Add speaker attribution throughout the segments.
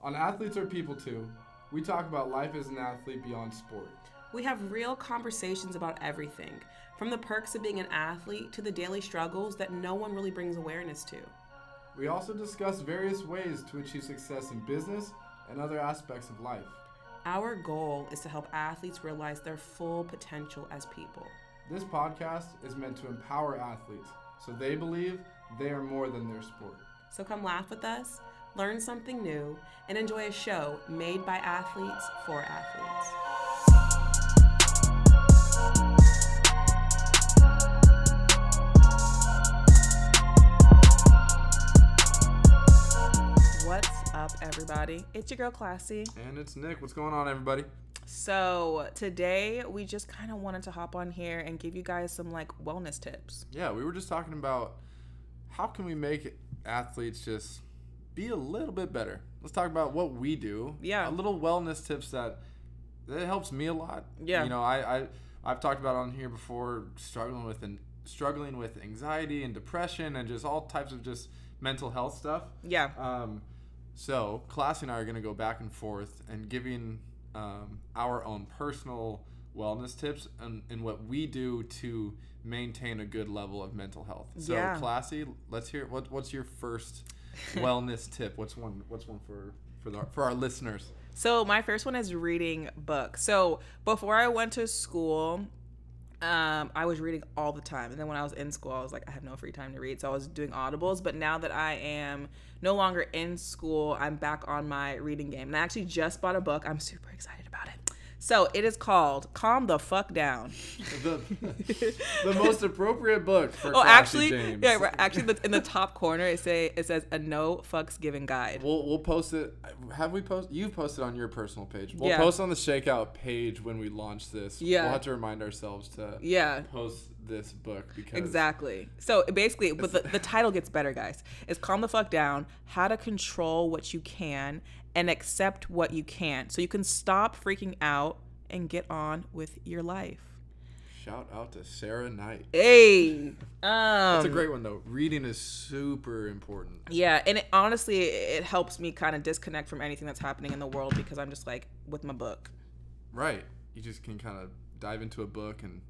Speaker 1: On Athletes Are People Too, we talk about life as an athlete beyond sport.
Speaker 2: We have real conversations about everything, from the perks of being an athlete to the daily struggles that no one really brings awareness to.
Speaker 1: We also discuss various ways to achieve success in business and other aspects of life.
Speaker 2: Our goal is to help athletes realize their full potential as people.
Speaker 1: This podcast is meant to empower athletes so they believe they are more than their sport.
Speaker 2: So come laugh with us, learn something new, and enjoy a show made by athletes for athletes. What's up, everybody? It's your girl, Classy.
Speaker 1: And it's Nick. What's going on, everybody?
Speaker 2: So, today we just kind of wanted to hop on here and give you guys some like wellness tips.
Speaker 1: Yeah, we were just talking about how can we make athletes just be a little bit better. Let's talk about what we do.
Speaker 2: Yeah.
Speaker 1: a little wellness tips that that helps me a lot.
Speaker 2: Yeah.
Speaker 1: you know, I, I I've talked about on here before struggling with and struggling with anxiety and depression and just all types of just mental health stuff.
Speaker 2: Yeah.
Speaker 1: Um, so Classy and I are going to go back and forth and giving um, our own personal wellness tips and, and what we do to maintain a good level of mental health. So
Speaker 2: Yeah.
Speaker 1: Classy, let's hear what, what's your first wellness tip? What's one what's one for for the, for our listeners?
Speaker 2: So my first one is reading books. So before I went to school, um, I was reading all the time. And then when I was in school, I was like, I have no free time to read. So I was doing audibles. But now that I am no longer in school, I'm back on my reading game. And I actually just bought a book. I'm super excited about it. So it is called Calm the Fuck Down.
Speaker 1: The, the most appropriate book for
Speaker 2: Oh,
Speaker 1: Classy
Speaker 2: actually,
Speaker 1: James.
Speaker 2: yeah, right, actually, the- in the top corner, it say it says a no fucks given guide.
Speaker 1: We'll, we'll post it. Have we post? You've posted on your personal page. We'll
Speaker 2: Yeah.
Speaker 1: post on the Shakeout page when we launch this.
Speaker 2: Yeah.
Speaker 1: We'll have to remind ourselves to
Speaker 2: Yeah,
Speaker 1: post this book because
Speaker 2: Exactly. So basically, but the, the title gets better, guys. It's Calm the Fuck Down How to Control What You Can and Accept What You Can't. So you can stop freaking out and get on with your life.
Speaker 1: shout out to Sarah Knight.
Speaker 2: Hey. Um,
Speaker 1: That's a great one though. Reading is super important.
Speaker 2: Yeah, and it, honestly, it helps me kind of disconnect from anything that's happening in the world because I'm just like with my book.
Speaker 1: Right. You just can kind of dive into a book and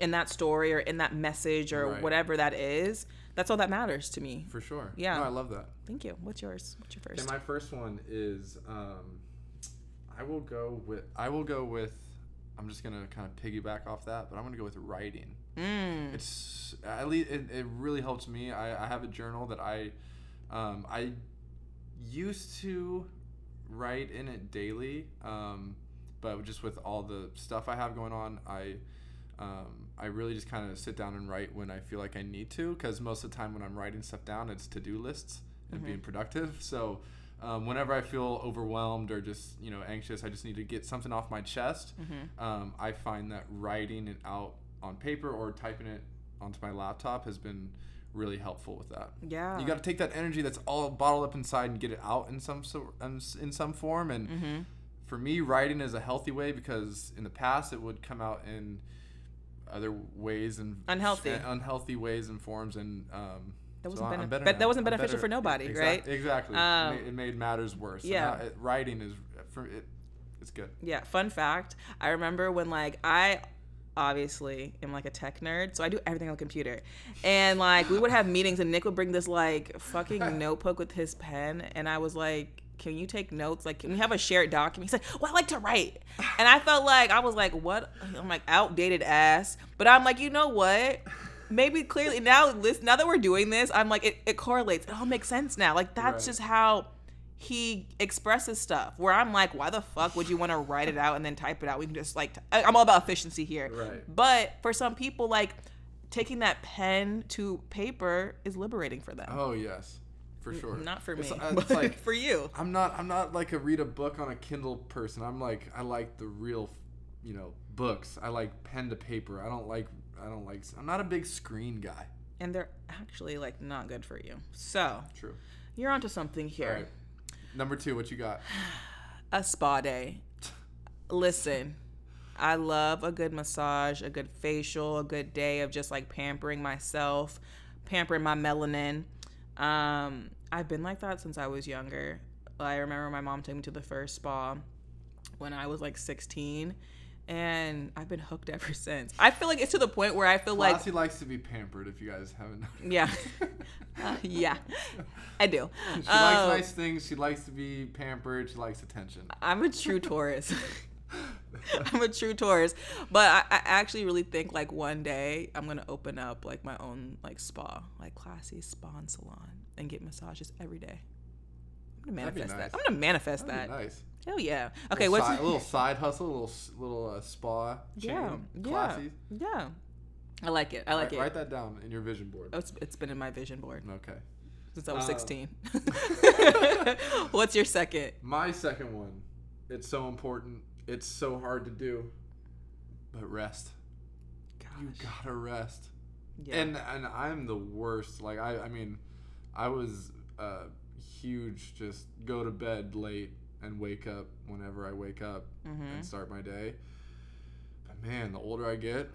Speaker 2: In that story or in that message or
Speaker 1: Right.
Speaker 2: whatever that is, that's all that matters to me.
Speaker 1: for sure.
Speaker 2: Yeah.
Speaker 1: No, I love that.
Speaker 2: Thank you. What's yours? What's your
Speaker 1: And
Speaker 2: first?
Speaker 1: my first one is um, I will go with I will go with I'm just gonna kind of piggyback off that, but I'm gonna go with writing.
Speaker 2: Mm.
Speaker 1: It's at least it, it really helps me. I, I have a journal that I um, I used to write in it daily, um, but just with all the stuff I have going on, I um, I really just kind of sit down and write when I feel like I need to, because most of the time when I'm writing stuff down, it's to do lists and being productive. So um, whenever I feel overwhelmed or just you know anxious, I just need to get something off my chest. Um, I find that writing it out on paper or typing it onto my laptop has been really helpful with that.
Speaker 2: Yeah.
Speaker 1: You got to take that energy that's all bottled up inside and get it out in some sort, um, in some form. And
Speaker 2: Mm-hmm.
Speaker 1: for me, writing is a healthy way because in the past it would come out in other ways and
Speaker 2: Unhealthy.
Speaker 1: and unhealthy ways and forms. And um,
Speaker 2: That wasn't
Speaker 1: I'm- I'm
Speaker 2: benef-
Speaker 1: better
Speaker 2: but that
Speaker 1: now.
Speaker 2: wasn't
Speaker 1: I'm
Speaker 2: beneficial for nobody,
Speaker 1: Exac-
Speaker 2: right?
Speaker 1: Exactly.
Speaker 2: Um,
Speaker 1: it, made, it made matters worse. And
Speaker 2: yeah.
Speaker 1: I- it- writing is uh, for it. It's good.
Speaker 2: Yeah, fun fact. I remember when like I obviously am like a tech nerd, so I do everything on the computer. And like we would have meetings and Nick would bring this like fucking notebook with his pen and I was like can you take notes? Like, can we have a shared document? He's like, well, I like to write. And I felt like, I was like, what? I'm like, outdated ass. But I'm like, you know what? Maybe clearly now, listen, now that we're doing this, I'm like, it, it correlates. It all makes sense now. Like, that's
Speaker 1: Right.
Speaker 2: just how he expresses stuff where I'm like, why the fuck would you want to write it out and then type it out? We can just like, i I'm all about efficiency here.
Speaker 1: Right.
Speaker 2: But for some people, like taking that pen to paper is liberating for them.
Speaker 1: Oh yes, for sure.
Speaker 2: Not for me,
Speaker 1: It's- uh,
Speaker 2: but
Speaker 1: it's like
Speaker 2: for you.
Speaker 1: I'm not I'm not like a read a book on a Kindle person. I'm like I like the real, you know, books. I like pen to paper. I don't like I don't like I'm not a big screen guy.
Speaker 2: And they're actually like not good for you. So
Speaker 1: True.
Speaker 2: you're onto something here.
Speaker 1: All right. Number 2, what you got?
Speaker 2: a spa day. Listen, I love a good massage, a good facial, a good day of just like pampering myself, pampering my melanin. Um, I've been like that since I was younger. I remember my mom took me to the first spa when I was like 16, and I've been hooked ever since. I feel like it's to the point where I feel like
Speaker 1: Lassie likes to be pampered. If you guys haven't noticed,
Speaker 2: yeah, Uh, yeah, I do.
Speaker 1: she likes
Speaker 2: Um,
Speaker 1: nice things. She likes to be pampered. She likes attention.
Speaker 2: I'm a true Taurus. I'm a true Taurus, but I, I actually really think like one day I'm gonna open up like my own like spa, like classy spa and salon, and get massages every day. I'm gonna
Speaker 1: That'd be
Speaker 2: manifest
Speaker 1: nice.
Speaker 2: that. I'm gonna manifest
Speaker 1: That'd be
Speaker 2: that.
Speaker 1: nice.
Speaker 2: Hell yeah. Okay,
Speaker 1: little
Speaker 2: what's
Speaker 1: side, a little side hustle, a little s- little uh, spa chain,
Speaker 2: yeah, yeah,
Speaker 1: classy.
Speaker 2: yeah. I like it. I like
Speaker 1: Write-
Speaker 2: it.
Speaker 1: Write that down in your vision board.
Speaker 2: Oh, it's, it's been in my vision board
Speaker 1: Okay.
Speaker 2: since I was
Speaker 1: Uh,
Speaker 2: 16. What's your second?
Speaker 1: My second one. It's so important. It's so hard to do. But rest. You
Speaker 2: Gosh.
Speaker 1: gotta rest.
Speaker 2: Yeah.
Speaker 1: And and I'm the worst. Like I I mean, I was uh huge just go to bed late and wake up whenever I wake up
Speaker 2: Mhm.
Speaker 1: and start my day. But man, the older I get,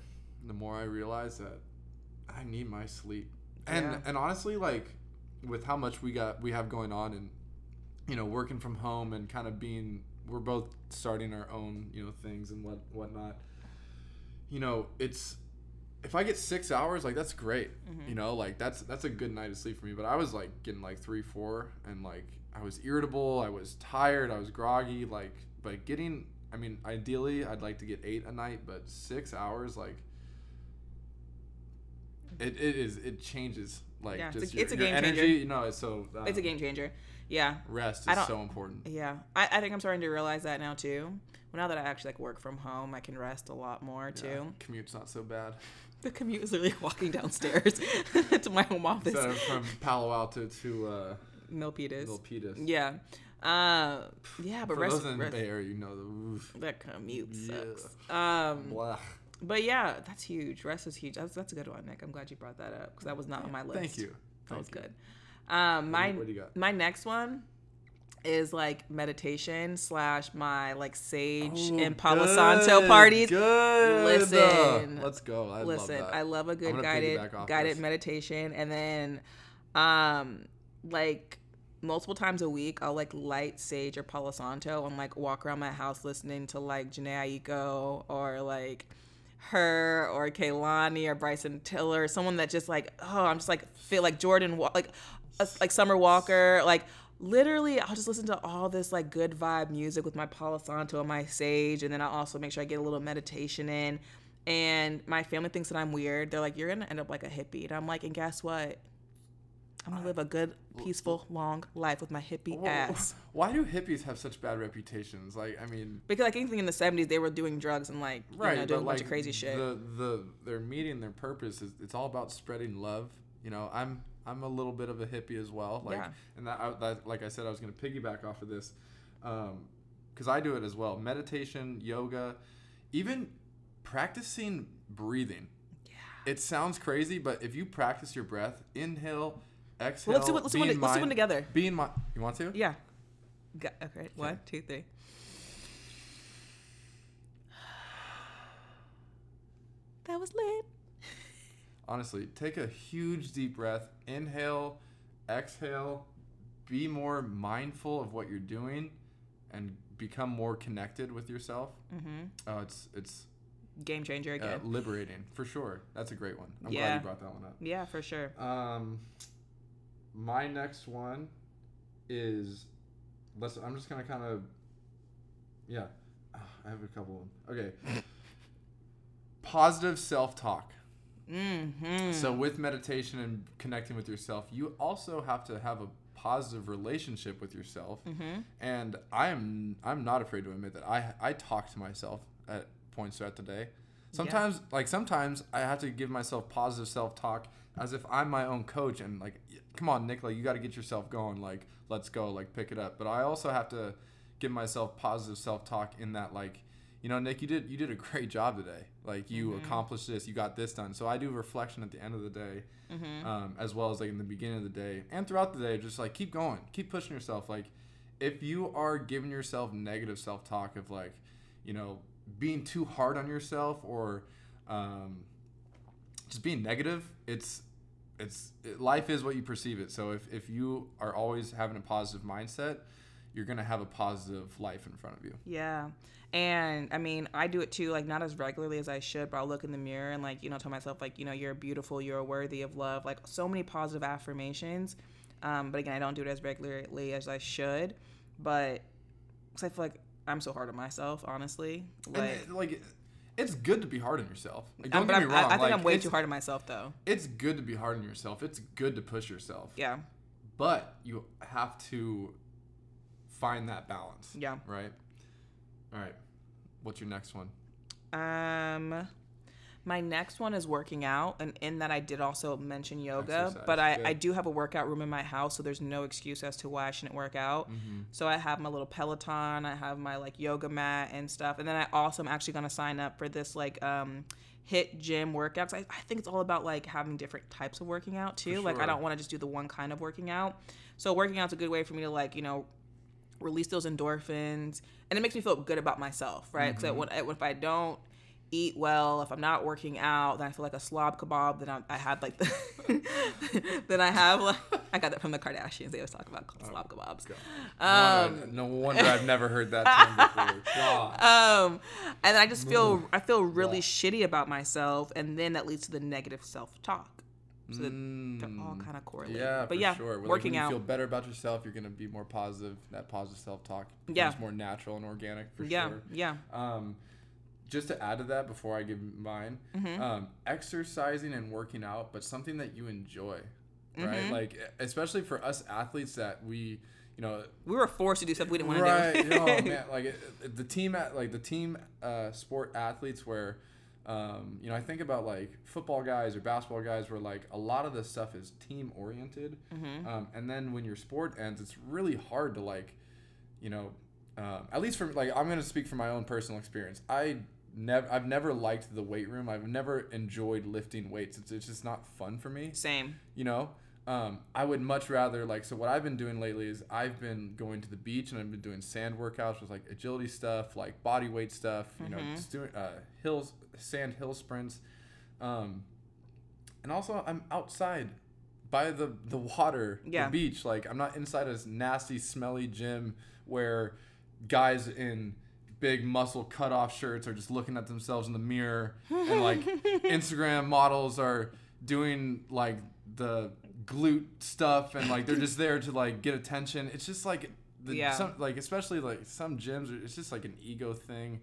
Speaker 1: the more I realize that I need my sleep. And
Speaker 2: Yeah.
Speaker 1: and honestly, like with how much we got we have going on and you know, working from home and kind of being we're both starting our own, you know, things and what whatnot. You know, it's if I get six hours, like that's great.
Speaker 2: Mm-hmm.
Speaker 1: You know, like that's that's a good night of sleep for me. But I was like getting like three, four, and like I was irritable, I was tired, I was groggy. Like, but getting, I mean, ideally, I'd like to get eight a night, but six hours, like, it, it is it changes like
Speaker 2: Yeah, it's a-
Speaker 1: just your,
Speaker 2: it's a
Speaker 1: your
Speaker 2: game
Speaker 1: energy.
Speaker 2: changer.
Speaker 1: You know, it's so um,
Speaker 2: It's a game changer. Yeah.
Speaker 1: Rest
Speaker 2: I
Speaker 1: is
Speaker 2: don't-
Speaker 1: so important.
Speaker 2: Yeah, I, I think I'm starting to realize that now too. Well, now that I actually like work from home, I can rest a lot more too.
Speaker 1: Yeah, commute's not so bad.
Speaker 2: The commute is literally walking downstairs to my home office,
Speaker 1: Instead of from Palo Alto to uh,
Speaker 2: Milpitas.
Speaker 1: Milpitas.
Speaker 2: yeah, uh, yeah, but
Speaker 1: For
Speaker 2: rest,
Speaker 1: those in the
Speaker 2: rest
Speaker 1: Bay Area, you know the oof,
Speaker 2: that commute
Speaker 1: Yeah.
Speaker 2: sucks. Um,
Speaker 1: blah.
Speaker 2: but yeah, that's huge. Rest is huge. That's, that's a good one, Nick. I'm glad you brought that up because that was not on my list.
Speaker 1: Thank you.
Speaker 2: That
Speaker 1: Thank
Speaker 2: was
Speaker 1: you.
Speaker 2: good. Um, my
Speaker 1: what do you got?
Speaker 2: my next one is like meditation slash my like sage
Speaker 1: Oh,
Speaker 2: and Palo
Speaker 1: good,
Speaker 2: Santo parties.
Speaker 1: Good.
Speaker 2: Listen.
Speaker 1: Let's go. I
Speaker 2: Listen,
Speaker 1: love that.
Speaker 2: I love a good
Speaker 1: gonna
Speaker 2: guided
Speaker 1: piggyback off
Speaker 2: guided
Speaker 1: this.
Speaker 2: meditation, and then um like multiple times a week I'll like light sage or Palo Santo and like walk around my house listening to like Janae Aiko or like her or Kaylani or Bryson Tiller, someone that just like oh I'm just like feel like Jordan Wa- like uh, like Summer Walker like. Literally, I'll just listen to all this like good vibe music with my Palo Santo and my sage, and then I'll also make sure I get a little meditation in. And my family thinks that I'm weird. They're like, "You're gonna end up like a hippie," and I'm like, "And guess what? I'm gonna live a good, peaceful, long life with my hippie
Speaker 1: Wha-
Speaker 2: ass.
Speaker 1: Why do hippies have such bad reputations? Like, I mean,
Speaker 2: Because like anything in the '70s, they were doing drugs and like you
Speaker 1: right?
Speaker 2: know,
Speaker 1: but,
Speaker 2: doing a bunch
Speaker 1: like,
Speaker 2: of crazy shit.
Speaker 1: The the their meeting, their purpose is it's all about spreading love. You know, I'm I'm a little bit of a hippie as well. Like,
Speaker 2: Yeah.
Speaker 1: and that, I, that like I said, I was going to piggyback off of this, um, because I do it as well. Meditation, yoga, even practicing breathing. It sounds crazy, but if you practice your breath, inhale, exhale,
Speaker 2: let's do it- let's do one
Speaker 1: being
Speaker 2: to- let's do one
Speaker 1: mind-
Speaker 2: together.
Speaker 1: Being my, you want to?
Speaker 2: yeah. Go- okay. One, two, three. That was lit.
Speaker 1: Honestly, take a huge deep breath, inhale, exhale, be more mindful of what you're doing, and become more connected with yourself.
Speaker 2: hmm
Speaker 1: Oh, it's it's
Speaker 2: Game changer
Speaker 1: uh,
Speaker 2: again.
Speaker 1: liberating for sure. That's a great one. I'm glad
Speaker 2: Yeah.
Speaker 1: you brought that one up.
Speaker 2: yeah, for sure.
Speaker 1: Um, my next one is let's. I'm just gonna kind of yeah. Ah, I have a couple. of them. Okay. Positive self talk.
Speaker 2: hmm
Speaker 1: So with meditation and connecting with yourself, you also have to have a positive relationship with yourself. And I am I'm not afraid to admit that I I talk to myself at points throughout the day. Sometimes like sometimes I have to give myself positive self-talk as if I'm my own coach and like y- come on Nick, like you got to get yourself going like let's go like pick it up. But I also have to give myself positive self-talk in that like you know nick you did you did a great job today like you accomplished this you got this done so i do reflection at the end of the day um, as well as like in the beginning of the day and throughout the day just like keep going keep pushing yourself like if you are giving yourself negative self-talk of like you know being too hard on yourself or um, just being negative it's it's it, life is what you perceive it so if, if you are always having a positive mindset you're gonna have a positive life in front of you.
Speaker 2: Yeah. And I mean, I do it too, like not as regularly as I should, but I'll look in the mirror and like, you know, tell myself, like, you know, you're beautiful, you're worthy of love, like so many positive affirmations. Um, but again, I don't do it as regularly as I should. But cause I feel like I'm so hard on myself, honestly. Like,
Speaker 1: and it- like, it's good to be hard on yourself. Like,
Speaker 2: I'm-
Speaker 1: don't get
Speaker 2: Uh, but
Speaker 1: me
Speaker 2: I'm- I,
Speaker 1: wrong.
Speaker 2: I think
Speaker 1: like,
Speaker 2: I'm way
Speaker 1: it's-
Speaker 2: too hard on myself, though.
Speaker 1: It's good to be hard on yourself. It's good to push yourself.
Speaker 2: Yeah.
Speaker 1: But you have to find that balance.
Speaker 2: Yeah.
Speaker 1: Right. All right. What's your next one?
Speaker 2: Um, my next one is working out, and in that I did also mention yoga,
Speaker 1: Exercise,
Speaker 2: but I,
Speaker 1: yeah.
Speaker 2: I do have a workout room in my house, so there's no excuse as to why I shouldn't work out.
Speaker 1: Mm-hmm.
Speaker 2: So I have my little Peloton, I have my like yoga mat and stuff, and then I also am actually gonna sign up for this like um hit gym workouts. I, I think it's all about like having different types of working out too. Like I
Speaker 1: sure.
Speaker 2: don't want to just do the one kind of working out. So working out's a good way for me to like you know release those endorphins and it makes me feel good about myself right because
Speaker 1: Mm-hmm.
Speaker 2: when, if i don't eat well if i'm not working out then i feel like a slob kebab then i, I have like the then i have like i got that from the kardashians they always talk about
Speaker 1: Oh,
Speaker 2: slob kebabs
Speaker 1: Um, no wonder I've never heard that term before. God.
Speaker 2: um and then i just feel
Speaker 1: Mm-hmm.
Speaker 2: i feel really shitty about myself and then that leads to the negative self-talk so that they're all kind of correlated
Speaker 1: Mm, Yeah,
Speaker 2: but
Speaker 1: for
Speaker 2: yeah
Speaker 1: sure. Like, when
Speaker 2: working
Speaker 1: you
Speaker 2: out
Speaker 1: feel better about yourself, you're gonna be more positive. That positive self talk
Speaker 2: Yeah.
Speaker 1: becomes more natural and organic for
Speaker 2: yeah
Speaker 1: sure.
Speaker 2: yeah
Speaker 1: Um, just to add to that, before I give mine,
Speaker 2: Mm-hmm.
Speaker 1: um, exercising and working out, but something that you enjoy,
Speaker 2: Mm-hmm.
Speaker 1: right? Like e-, especially for us athletes that we, you know,
Speaker 2: we were forced to do stuff we didn't want
Speaker 1: right?
Speaker 2: to do
Speaker 1: no, man, like it, it- the team at like the team uh, sport athletes where. Um, you know, I think about like football guys or basketball guys where like a lot of this stuff is team oriented. Um, and then when your sport ends, it's really hard to like, you know, um, at least for like I'm gonna speak from my own personal experience. I never I've never liked the weight room. I've never enjoyed lifting weights. It's, it's just not fun for me.
Speaker 2: same
Speaker 1: You know, um, I would much rather like. So what I've been doing lately is I've been going to the beach and I've been doing sand workouts with like agility stuff, like body weight stuff. You know, just doing uh, hills sand hill sprints. Um, and also I'm outside by the the water,
Speaker 2: Yeah.
Speaker 1: the beach. Like I'm not inside a nasty, smelly gym where guys in big muscle cut off shirts are just looking at themselves in the mirror and like Instagram models are doing like the glute stuff and like they're just there to like get attention. It's just like the
Speaker 2: Yeah.
Speaker 1: some, like especially like some gyms are- it's just like an ego thing.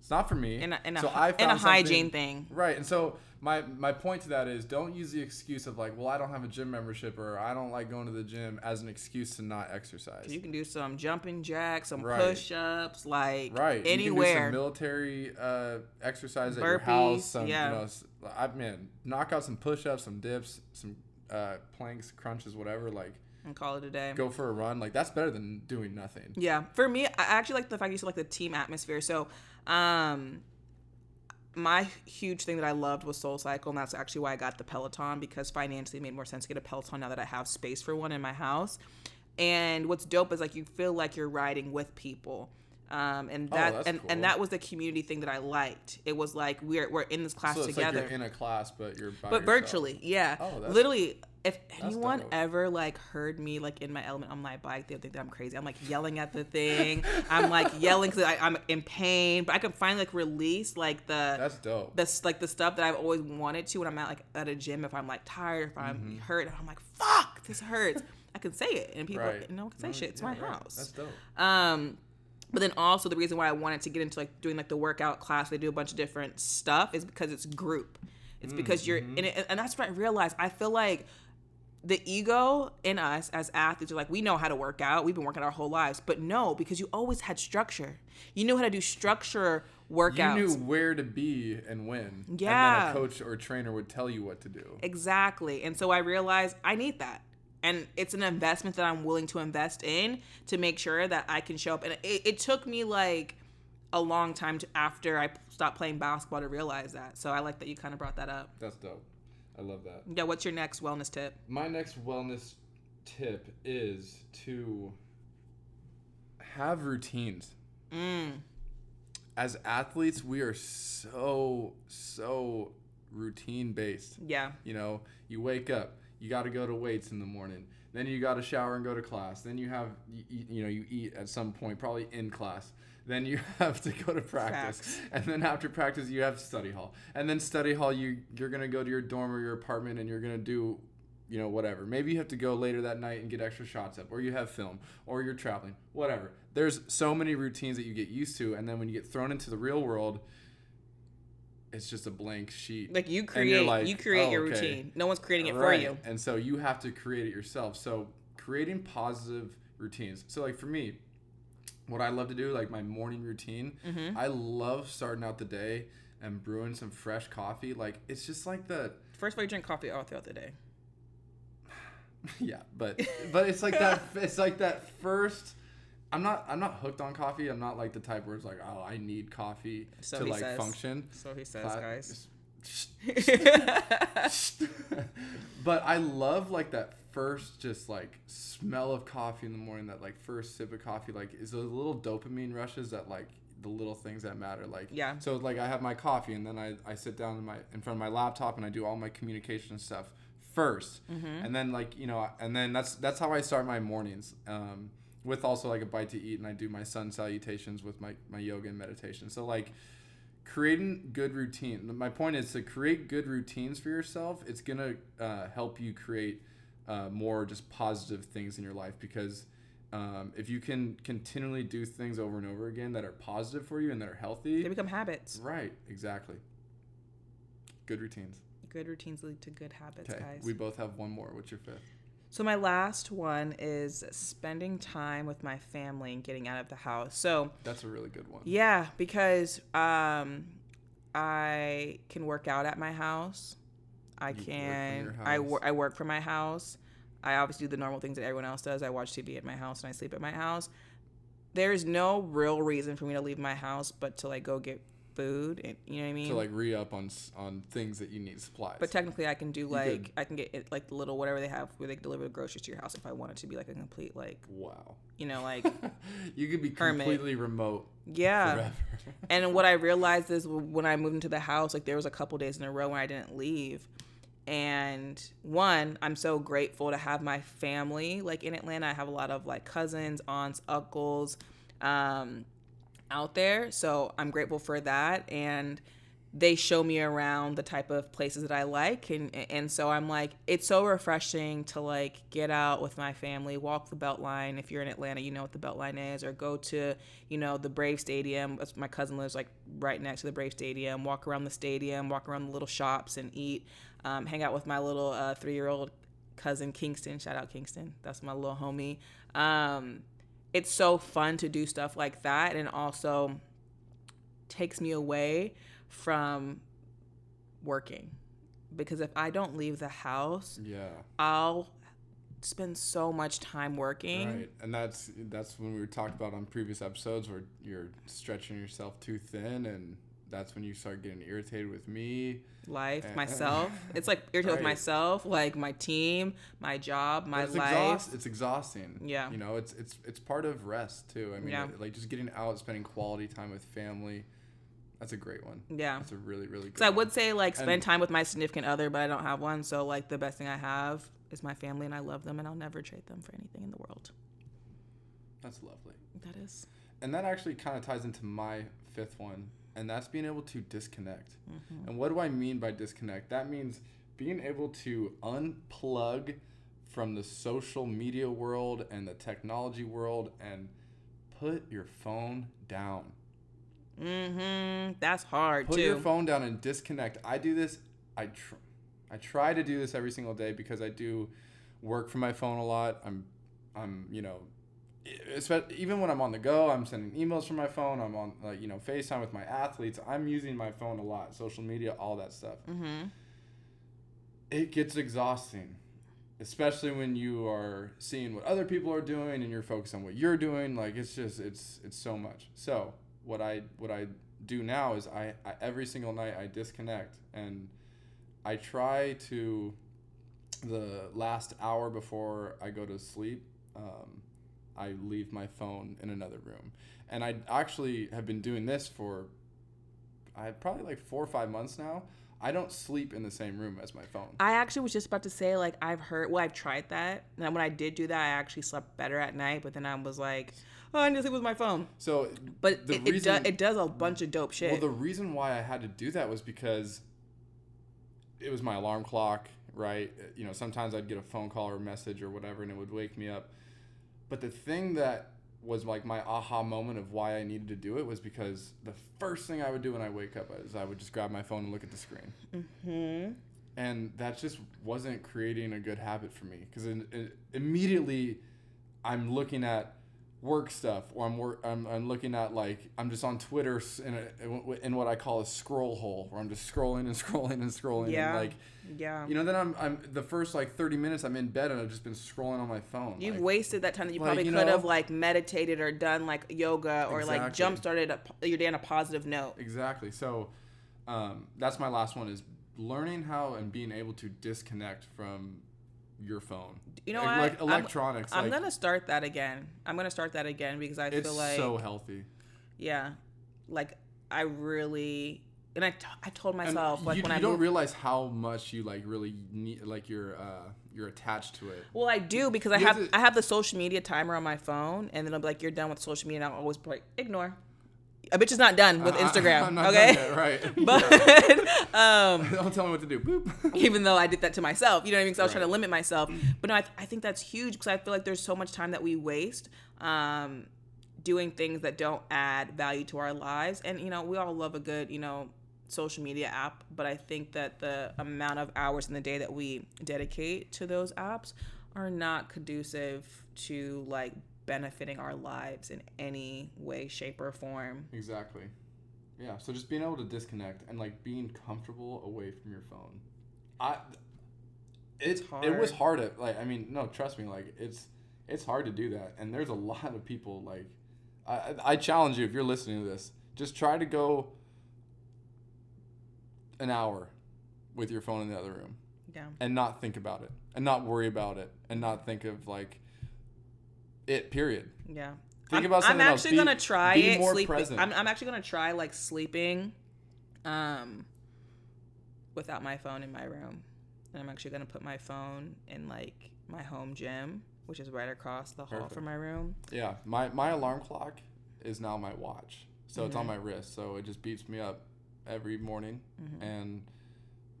Speaker 1: It's not for me.
Speaker 2: and a, and a,
Speaker 1: So I
Speaker 2: hy- and a
Speaker 1: found something-
Speaker 2: hygiene thing.
Speaker 1: Right, and so my my point to that is don't use the excuse of like, well, I don't have a gym membership or I don't like going to the gym as an excuse to not exercise.
Speaker 2: You can do some jumping jacks, some
Speaker 1: Right.
Speaker 2: push-ups, like
Speaker 1: right, you can do
Speaker 2: anywhere.
Speaker 1: some military uh, exercise at your
Speaker 2: Burpees,
Speaker 1: house. Some,
Speaker 2: yeah.
Speaker 1: you know, s- I mean, knock out some push-ups, some dips, some uh, planks, crunches, whatever. Like,
Speaker 2: and call it a day.
Speaker 1: go for a run. Like that's better than doing nothing.
Speaker 2: Yeah, for me, I actually like the fact you said like the team atmosphere. So, um, my huge thing that I loved was Soul Cycle, and that's actually why I got the Peloton because financially it made more sense to get a Peloton now that I have space for one in my house. And what's dope is like you feel like you're riding with people. Um, and that
Speaker 1: Oh, that's
Speaker 2: and,
Speaker 1: cool.
Speaker 2: and that was the community thing that I liked. It was like we're we're in this class
Speaker 1: So it's
Speaker 2: together.
Speaker 1: like you're in a class, but you're by
Speaker 2: but
Speaker 1: yourself.
Speaker 2: virtually yeah
Speaker 1: Oh, that's-
Speaker 2: literally if anyone
Speaker 1: dope.
Speaker 2: ever like heard me like in my element on my bike they'll think that i'm crazy i'm like yelling at the thing i'm like yelling because i'm in pain but i can finally like release like the
Speaker 1: That's dope.
Speaker 2: that's like the stuff that i've always wanted to when i'm at like at a gym if i'm like tired if i'm
Speaker 1: Mm-hmm.
Speaker 2: hurt and i'm like fuck this hurts i can say it and people
Speaker 1: Right.
Speaker 2: no one can say
Speaker 1: No,
Speaker 2: shit it's
Speaker 1: yeah,
Speaker 2: my
Speaker 1: right.
Speaker 2: house
Speaker 1: That's dope.
Speaker 2: um, but then also the reason why I wanted to get into like doing like the workout class, they do a bunch of different stuff, is because it's group. It's
Speaker 1: Mm,
Speaker 2: because you're
Speaker 1: mm-hmm.
Speaker 2: in it, and that's what I realized. I feel like the ego in us as athletes are like, we know how to work out. We've been working our whole lives, but no, because you always had structure. You knew how to do structure
Speaker 1: You
Speaker 2: workouts.
Speaker 1: knew where to be and when.
Speaker 2: Yeah.
Speaker 1: And then a coach or trainer would tell you what to do.
Speaker 2: Exactly. And so I realized I need that. And it's an investment that I'm willing to invest in to make sure that I can show up. And it, it took me like a long time to, after I stopped playing basketball to realize that. So I like that you kind of brought that up.
Speaker 1: That's dope. I love that.
Speaker 2: Yeah, what's your next wellness tip?
Speaker 1: My next wellness tip is to have routines. As athletes, we are so, so routine based.
Speaker 2: Yeah.
Speaker 1: You know, you wake up, you got to go to weights in the morning. Then you got to shower and go to class. Then you have you, eat- you know you eat at some point probably in class. Then you have to go to practice,
Speaker 2: Facts.
Speaker 1: and then after practice you have study hall, and then study hall you you're gonna go to your dorm or your apartment and you're gonna do you know whatever. Maybe you have to go later that night and get extra shots up, or you have film, or you're traveling, whatever. There's so many routines that you get used to, and then when you get thrown into the real world, it's just a blank sheet.
Speaker 2: Like you
Speaker 1: And you're
Speaker 2: create,
Speaker 1: like,
Speaker 2: you create
Speaker 1: "Oh,
Speaker 2: your
Speaker 1: okay."
Speaker 2: routine. No one's creating it
Speaker 1: Right.
Speaker 2: for you.
Speaker 1: And so you have to create it yourself. So creating positive routines. So like for me, what I love to do, like my morning routine,
Speaker 2: Mm-hmm.
Speaker 1: I love starting out the day and brewing some fresh coffee. Like it's just like the
Speaker 2: First of all, you drink coffee all throughout the day.
Speaker 1: yeah, but but it's like that it's like that first I'm not I'm not hooked on coffee. I'm not like the type where it's like, oh, I need coffee
Speaker 2: So
Speaker 1: to
Speaker 2: he
Speaker 1: like
Speaker 2: says.
Speaker 1: function.
Speaker 2: So he says,
Speaker 1: But-
Speaker 2: guys.
Speaker 1: but I love like that first just like smell of coffee in the morning, that like first sip of coffee, like is those little dopamine rushes that like the little things that matter. Like
Speaker 2: Yeah.
Speaker 1: So like I have my coffee and then I, I sit down in my in front of my laptop and I do all my communication stuff 1st And then like, you know, and then that's that's how I start my mornings. Um with also like a bite to eat and I do my sun salutations with my, my yoga and meditation. So like creating good routine my point is to create good routines for yourself it's gonna uh, help you create uh, more just positive things in your life because um, if you can continually do things over and over again that are positive for you and that are
Speaker 2: they
Speaker 1: healthy
Speaker 2: become habits.
Speaker 1: right exactly good routines
Speaker 2: Good routines lead to good habits,
Speaker 1: okay
Speaker 2: guys.
Speaker 1: we both have one more what's your fifth
Speaker 2: So my last one is spending time with my family and getting out of the house. So
Speaker 1: that's a really good one
Speaker 2: yeah, because um, I can work out at my house. I
Speaker 1: work from
Speaker 2: can.
Speaker 1: your
Speaker 2: I
Speaker 1: house.
Speaker 2: wor- I work from my house. I obviously do the normal things that everyone else does. I watch TV at my house and I sleep at my house. There's no real reason for me to leave my house but to like go get food. And, you know what I mean?
Speaker 1: to like re-up on s- on things that you need supplies
Speaker 2: But technically, I can do like
Speaker 1: could-
Speaker 2: I can get it, like the little whatever they have where they deliver the groceries to your house if I wanted to be like a complete like
Speaker 1: wow
Speaker 2: you know like
Speaker 1: you could be
Speaker 2: Hermit. Uh.
Speaker 1: completely remote
Speaker 2: yeah.
Speaker 1: forever
Speaker 2: And what I realized is when I moved into the house, like there was a couple days in a row when I didn't leave. And one, I'm so grateful to have my family. Like in Atlanta, I have a lot of like cousins, aunts, uncles, um, out there. So I'm grateful for that. And they show me around the type of places that I like. And, and so I'm like, it's so refreshing to like get out with my family, walk the Beltline. If you're in Atlanta, you know what the Beltline is, or go to, you know, the Brave Stadium. That's- My cousin lives like right next to the Brave Stadium. Walk around the stadium, walk around the little shops and eat, um, hang out with my little uh, three year old cousin Kingston. Shout out Kingston. That's my little homie. Um, it's so fun to do stuff like that and also takes me away from working because if I don't leave the house,
Speaker 1: yeah
Speaker 2: I'll spend so much time working.
Speaker 1: Right, and that's that's when we were talked about on previous episodes where you're stretching yourself too thin, and that's when you start getting irritated with me.
Speaker 2: Life,
Speaker 1: Eh,
Speaker 2: myself. It's like irritated
Speaker 1: Right.
Speaker 2: with myself, like my team, my job, my
Speaker 1: It's
Speaker 2: life.
Speaker 1: exhaust. It's exhausting.
Speaker 2: Yeah.
Speaker 1: you know, it's it's it's part of rest too. I mean,
Speaker 2: Yeah.
Speaker 1: like just getting out, spending quality time with family. That's a great one.
Speaker 2: Yeah.
Speaker 1: That's a really really good.
Speaker 2: So I
Speaker 1: one.
Speaker 2: would say like spend
Speaker 1: And-
Speaker 2: time with my significant other, but I don't have one. So like the best thing I have is my family and I love them and I'll never trade them for anything in the world.
Speaker 1: That's lovely,
Speaker 2: That is
Speaker 1: and that actually kind of ties into my fifth one, and that's being able to disconnect. And what do I mean by disconnect? That means being able to unplug from the social media world and the technology world and put your phone down.
Speaker 2: Mm-hmm. That's hard
Speaker 1: Put
Speaker 2: too.
Speaker 1: your phone down and disconnect. I do this. I tr- I try to do this every single day because I do work from my phone a lot. I'm I'm you know e- espe- even when I'm on the go, I'm sending emails from my phone. I'm on like you know FaceTime with my athletes. I'm using my phone a lot, social media, all that stuff.
Speaker 2: mm-hmm.
Speaker 1: it gets exhausting especially when you are seeing what other people are doing and you're focused on what you're doing like it's just it's it's so much so what i what i do now is i, I every single night i disconnect and i try to the last hour before i go to sleep um, i leave my phone in another room and i actually have been doing this for i probably like four or five months now I don't sleep in the same room as my phone.
Speaker 2: I actually was just about to say, like, I've heard, well, I've tried that. And when I did do that, I actually slept better at night. But then I was like, oh, I need to sleep with my phone.
Speaker 1: So,
Speaker 2: But it, it, do, it does a bunch of dope shit.
Speaker 1: well, the reason why I had to do that was because it was my alarm clock, right? You know, sometimes I'd get a phone call or message or whatever, and it would wake me up. But the thing that was like my aha moment of why I needed to do it was because the first thing I would do when I wake up is I would just grab my phone and look at the screen.
Speaker 2: hmm
Speaker 1: and that just wasn't creating a good habit for me because immediately I'm looking at work stuff or I'm, wor- I'm I'm looking at like I'm just on Twitter s- in a, in what I call a scroll hole where I'm just scrolling and scrolling and scrolling
Speaker 2: Yeah.
Speaker 1: and like
Speaker 2: Yeah.
Speaker 1: you know then I'm I'm the first like 30 minutes I'm in bed and I've just been scrolling on my phone
Speaker 2: You've
Speaker 1: like,
Speaker 2: wasted that time that you
Speaker 1: like,
Speaker 2: probably
Speaker 1: you
Speaker 2: could
Speaker 1: know-
Speaker 2: have like meditated or done like yoga or like
Speaker 1: Exactly.
Speaker 2: jump started a po- your day on a positive note.
Speaker 1: exactly so um, that's my last one is learning how and being able to disconnect from your phone
Speaker 2: You know
Speaker 1: like,
Speaker 2: what?
Speaker 1: like
Speaker 2: I'm-
Speaker 1: electronics
Speaker 2: I'm
Speaker 1: like,
Speaker 2: gonna start that again. I'm gonna start that again because I
Speaker 1: it's
Speaker 2: feel like
Speaker 1: so healthy
Speaker 2: yeah, like I really and I, t- I told
Speaker 1: And
Speaker 2: myself like
Speaker 1: you,
Speaker 2: when
Speaker 1: you
Speaker 2: I
Speaker 1: don't
Speaker 2: moved,
Speaker 1: realize how much you like really need like you're uh you're attached to it
Speaker 2: well I do because I
Speaker 1: You have
Speaker 2: have
Speaker 1: to-
Speaker 2: I have the social media timer on my phone and then I'll be like you're done with social media and I'll always be like ignore. A bitch is not done with
Speaker 1: I- I-
Speaker 2: Instagram,
Speaker 1: Uh, I'm not
Speaker 2: okay?
Speaker 1: done yet, right
Speaker 2: But um,
Speaker 1: don't tell me what to do boop
Speaker 2: even though I did that to myself. You know what I mean? Because I was trying
Speaker 1: Right.
Speaker 2: to limit myself. But no, I, th- I think that's huge because I feel like there's so much time that we waste um, doing things that don't add value to our lives. And, you know, we all love a good, you know, social media app, but I think that the amount of hours in the day that we dedicate to those apps are not conducive to like benefiting our lives in any way, shape, or form.
Speaker 1: exactly yeah so just being able to disconnect and like being comfortable away from your phone i it's
Speaker 2: It's
Speaker 1: it was hard at, like i mean no trust me like it's it's hard to do that and there's a lot of people like i I- i challenge you if you're listening to this just try to go an hour with your phone in the other room
Speaker 2: Yeah.
Speaker 1: and not think about it and not worry about it and not think of like it period
Speaker 2: Yeah.
Speaker 1: Think
Speaker 2: I'm,
Speaker 1: about
Speaker 2: I'm
Speaker 1: something else.
Speaker 2: actually
Speaker 1: Be-
Speaker 2: gonna try
Speaker 1: be
Speaker 2: it.
Speaker 1: more
Speaker 2: sleep-
Speaker 1: present.
Speaker 2: I'm, I'm actually gonna try like sleeping, um, without my phone in my room, and I'm actually gonna put my phone in like my home gym, which is right across the hall
Speaker 1: Perfect.
Speaker 2: from my room.
Speaker 1: yeah my my alarm clock is now my watch so it's on my wrist so it just beats me up every morning and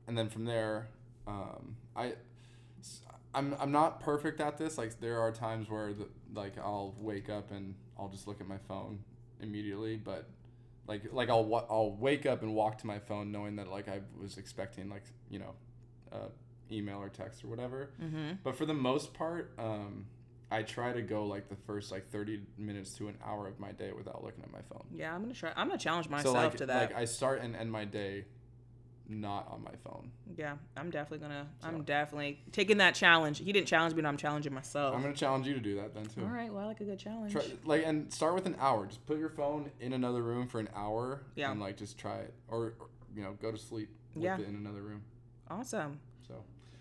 Speaker 1: and then from there um i s- I'm, I'm not perfect at this like there are times where the, like i'll wake up and i'll just look at my phone immediately but like like I'll wa- I'll wake up and walk to my phone knowing that like I was expecting like you know, uh, email or text or whatever.
Speaker 2: Mhm.
Speaker 1: But for the most part, um, I try to go like the first like thirty minutes to an hour of my day without looking at my phone.
Speaker 2: Yeah, I'm gonna try. I'm gonna challenge myself
Speaker 1: so like
Speaker 2: to that.
Speaker 1: like I start and end my day, not on my phone.
Speaker 2: yeah, I'm definitely gonna.
Speaker 1: So.
Speaker 2: I'm definitely taking that challenge. He didn't challenge me, and I'm challenging myself.
Speaker 1: I'm gonna challenge you to do that then too.
Speaker 2: Oh. All right. Well, I like a good challenge.
Speaker 1: Try, like and start with an hour. Just put your phone in another room for an hour
Speaker 2: Yeah.
Speaker 1: and like just try it or, or, you know go to sleep with
Speaker 2: Yeah.
Speaker 1: it in another room.
Speaker 2: awesome.
Speaker 1: So.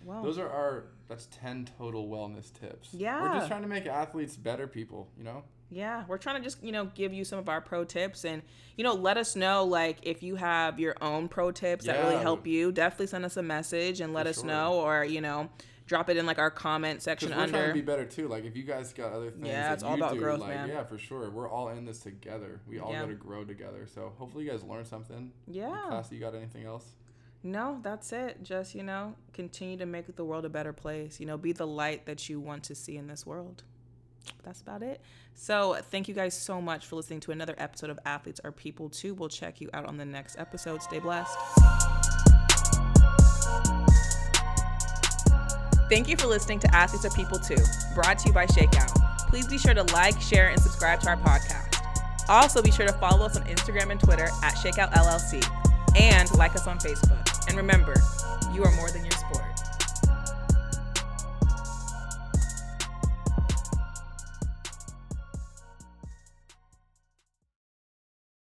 Speaker 2: Well,
Speaker 1: Those are our that's ten total wellness tips. We're
Speaker 2: Yeah.
Speaker 1: just trying to make athletes better people, you know?
Speaker 2: Yeah, we're trying to just, you know, give you some of our pro tips and, you know, let us know like if you have your own pro tips that really
Speaker 1: Yeah.
Speaker 2: help you, definitely send us a message and let
Speaker 1: For
Speaker 2: us
Speaker 1: sure.
Speaker 2: know or, you know, drop it in like our comment
Speaker 1: 'Cause
Speaker 2: section
Speaker 1: we're trying
Speaker 2: under.
Speaker 1: to be better too. Like if you guys got other things
Speaker 2: Yeah,
Speaker 1: that
Speaker 2: it's all
Speaker 1: you
Speaker 2: about
Speaker 1: do,
Speaker 2: growth,
Speaker 1: like
Speaker 2: man.
Speaker 1: yeah, for sure. We're all in this together. We all
Speaker 2: Yeah.
Speaker 1: gotta grow together. So hopefully you guys learned something.
Speaker 2: Yeah.
Speaker 1: Class, you got anything else?
Speaker 2: No, that's it. Just, you know, continue to make the world a better place. You know, be the light that you want to see in this world. That's about it. So, thank you guys so much for listening to another episode of Athletes Are People Too. We'll check you out on the next episode. Stay blessed. Thank you for listening to Athletes Are People Too, brought to you by Shakeout. Please be sure to like, share, and subscribe to our podcast. Also, be sure to follow us on Instagram and Twitter at Shakeout LLC and like us on Facebook. And remember, you are more than your sport.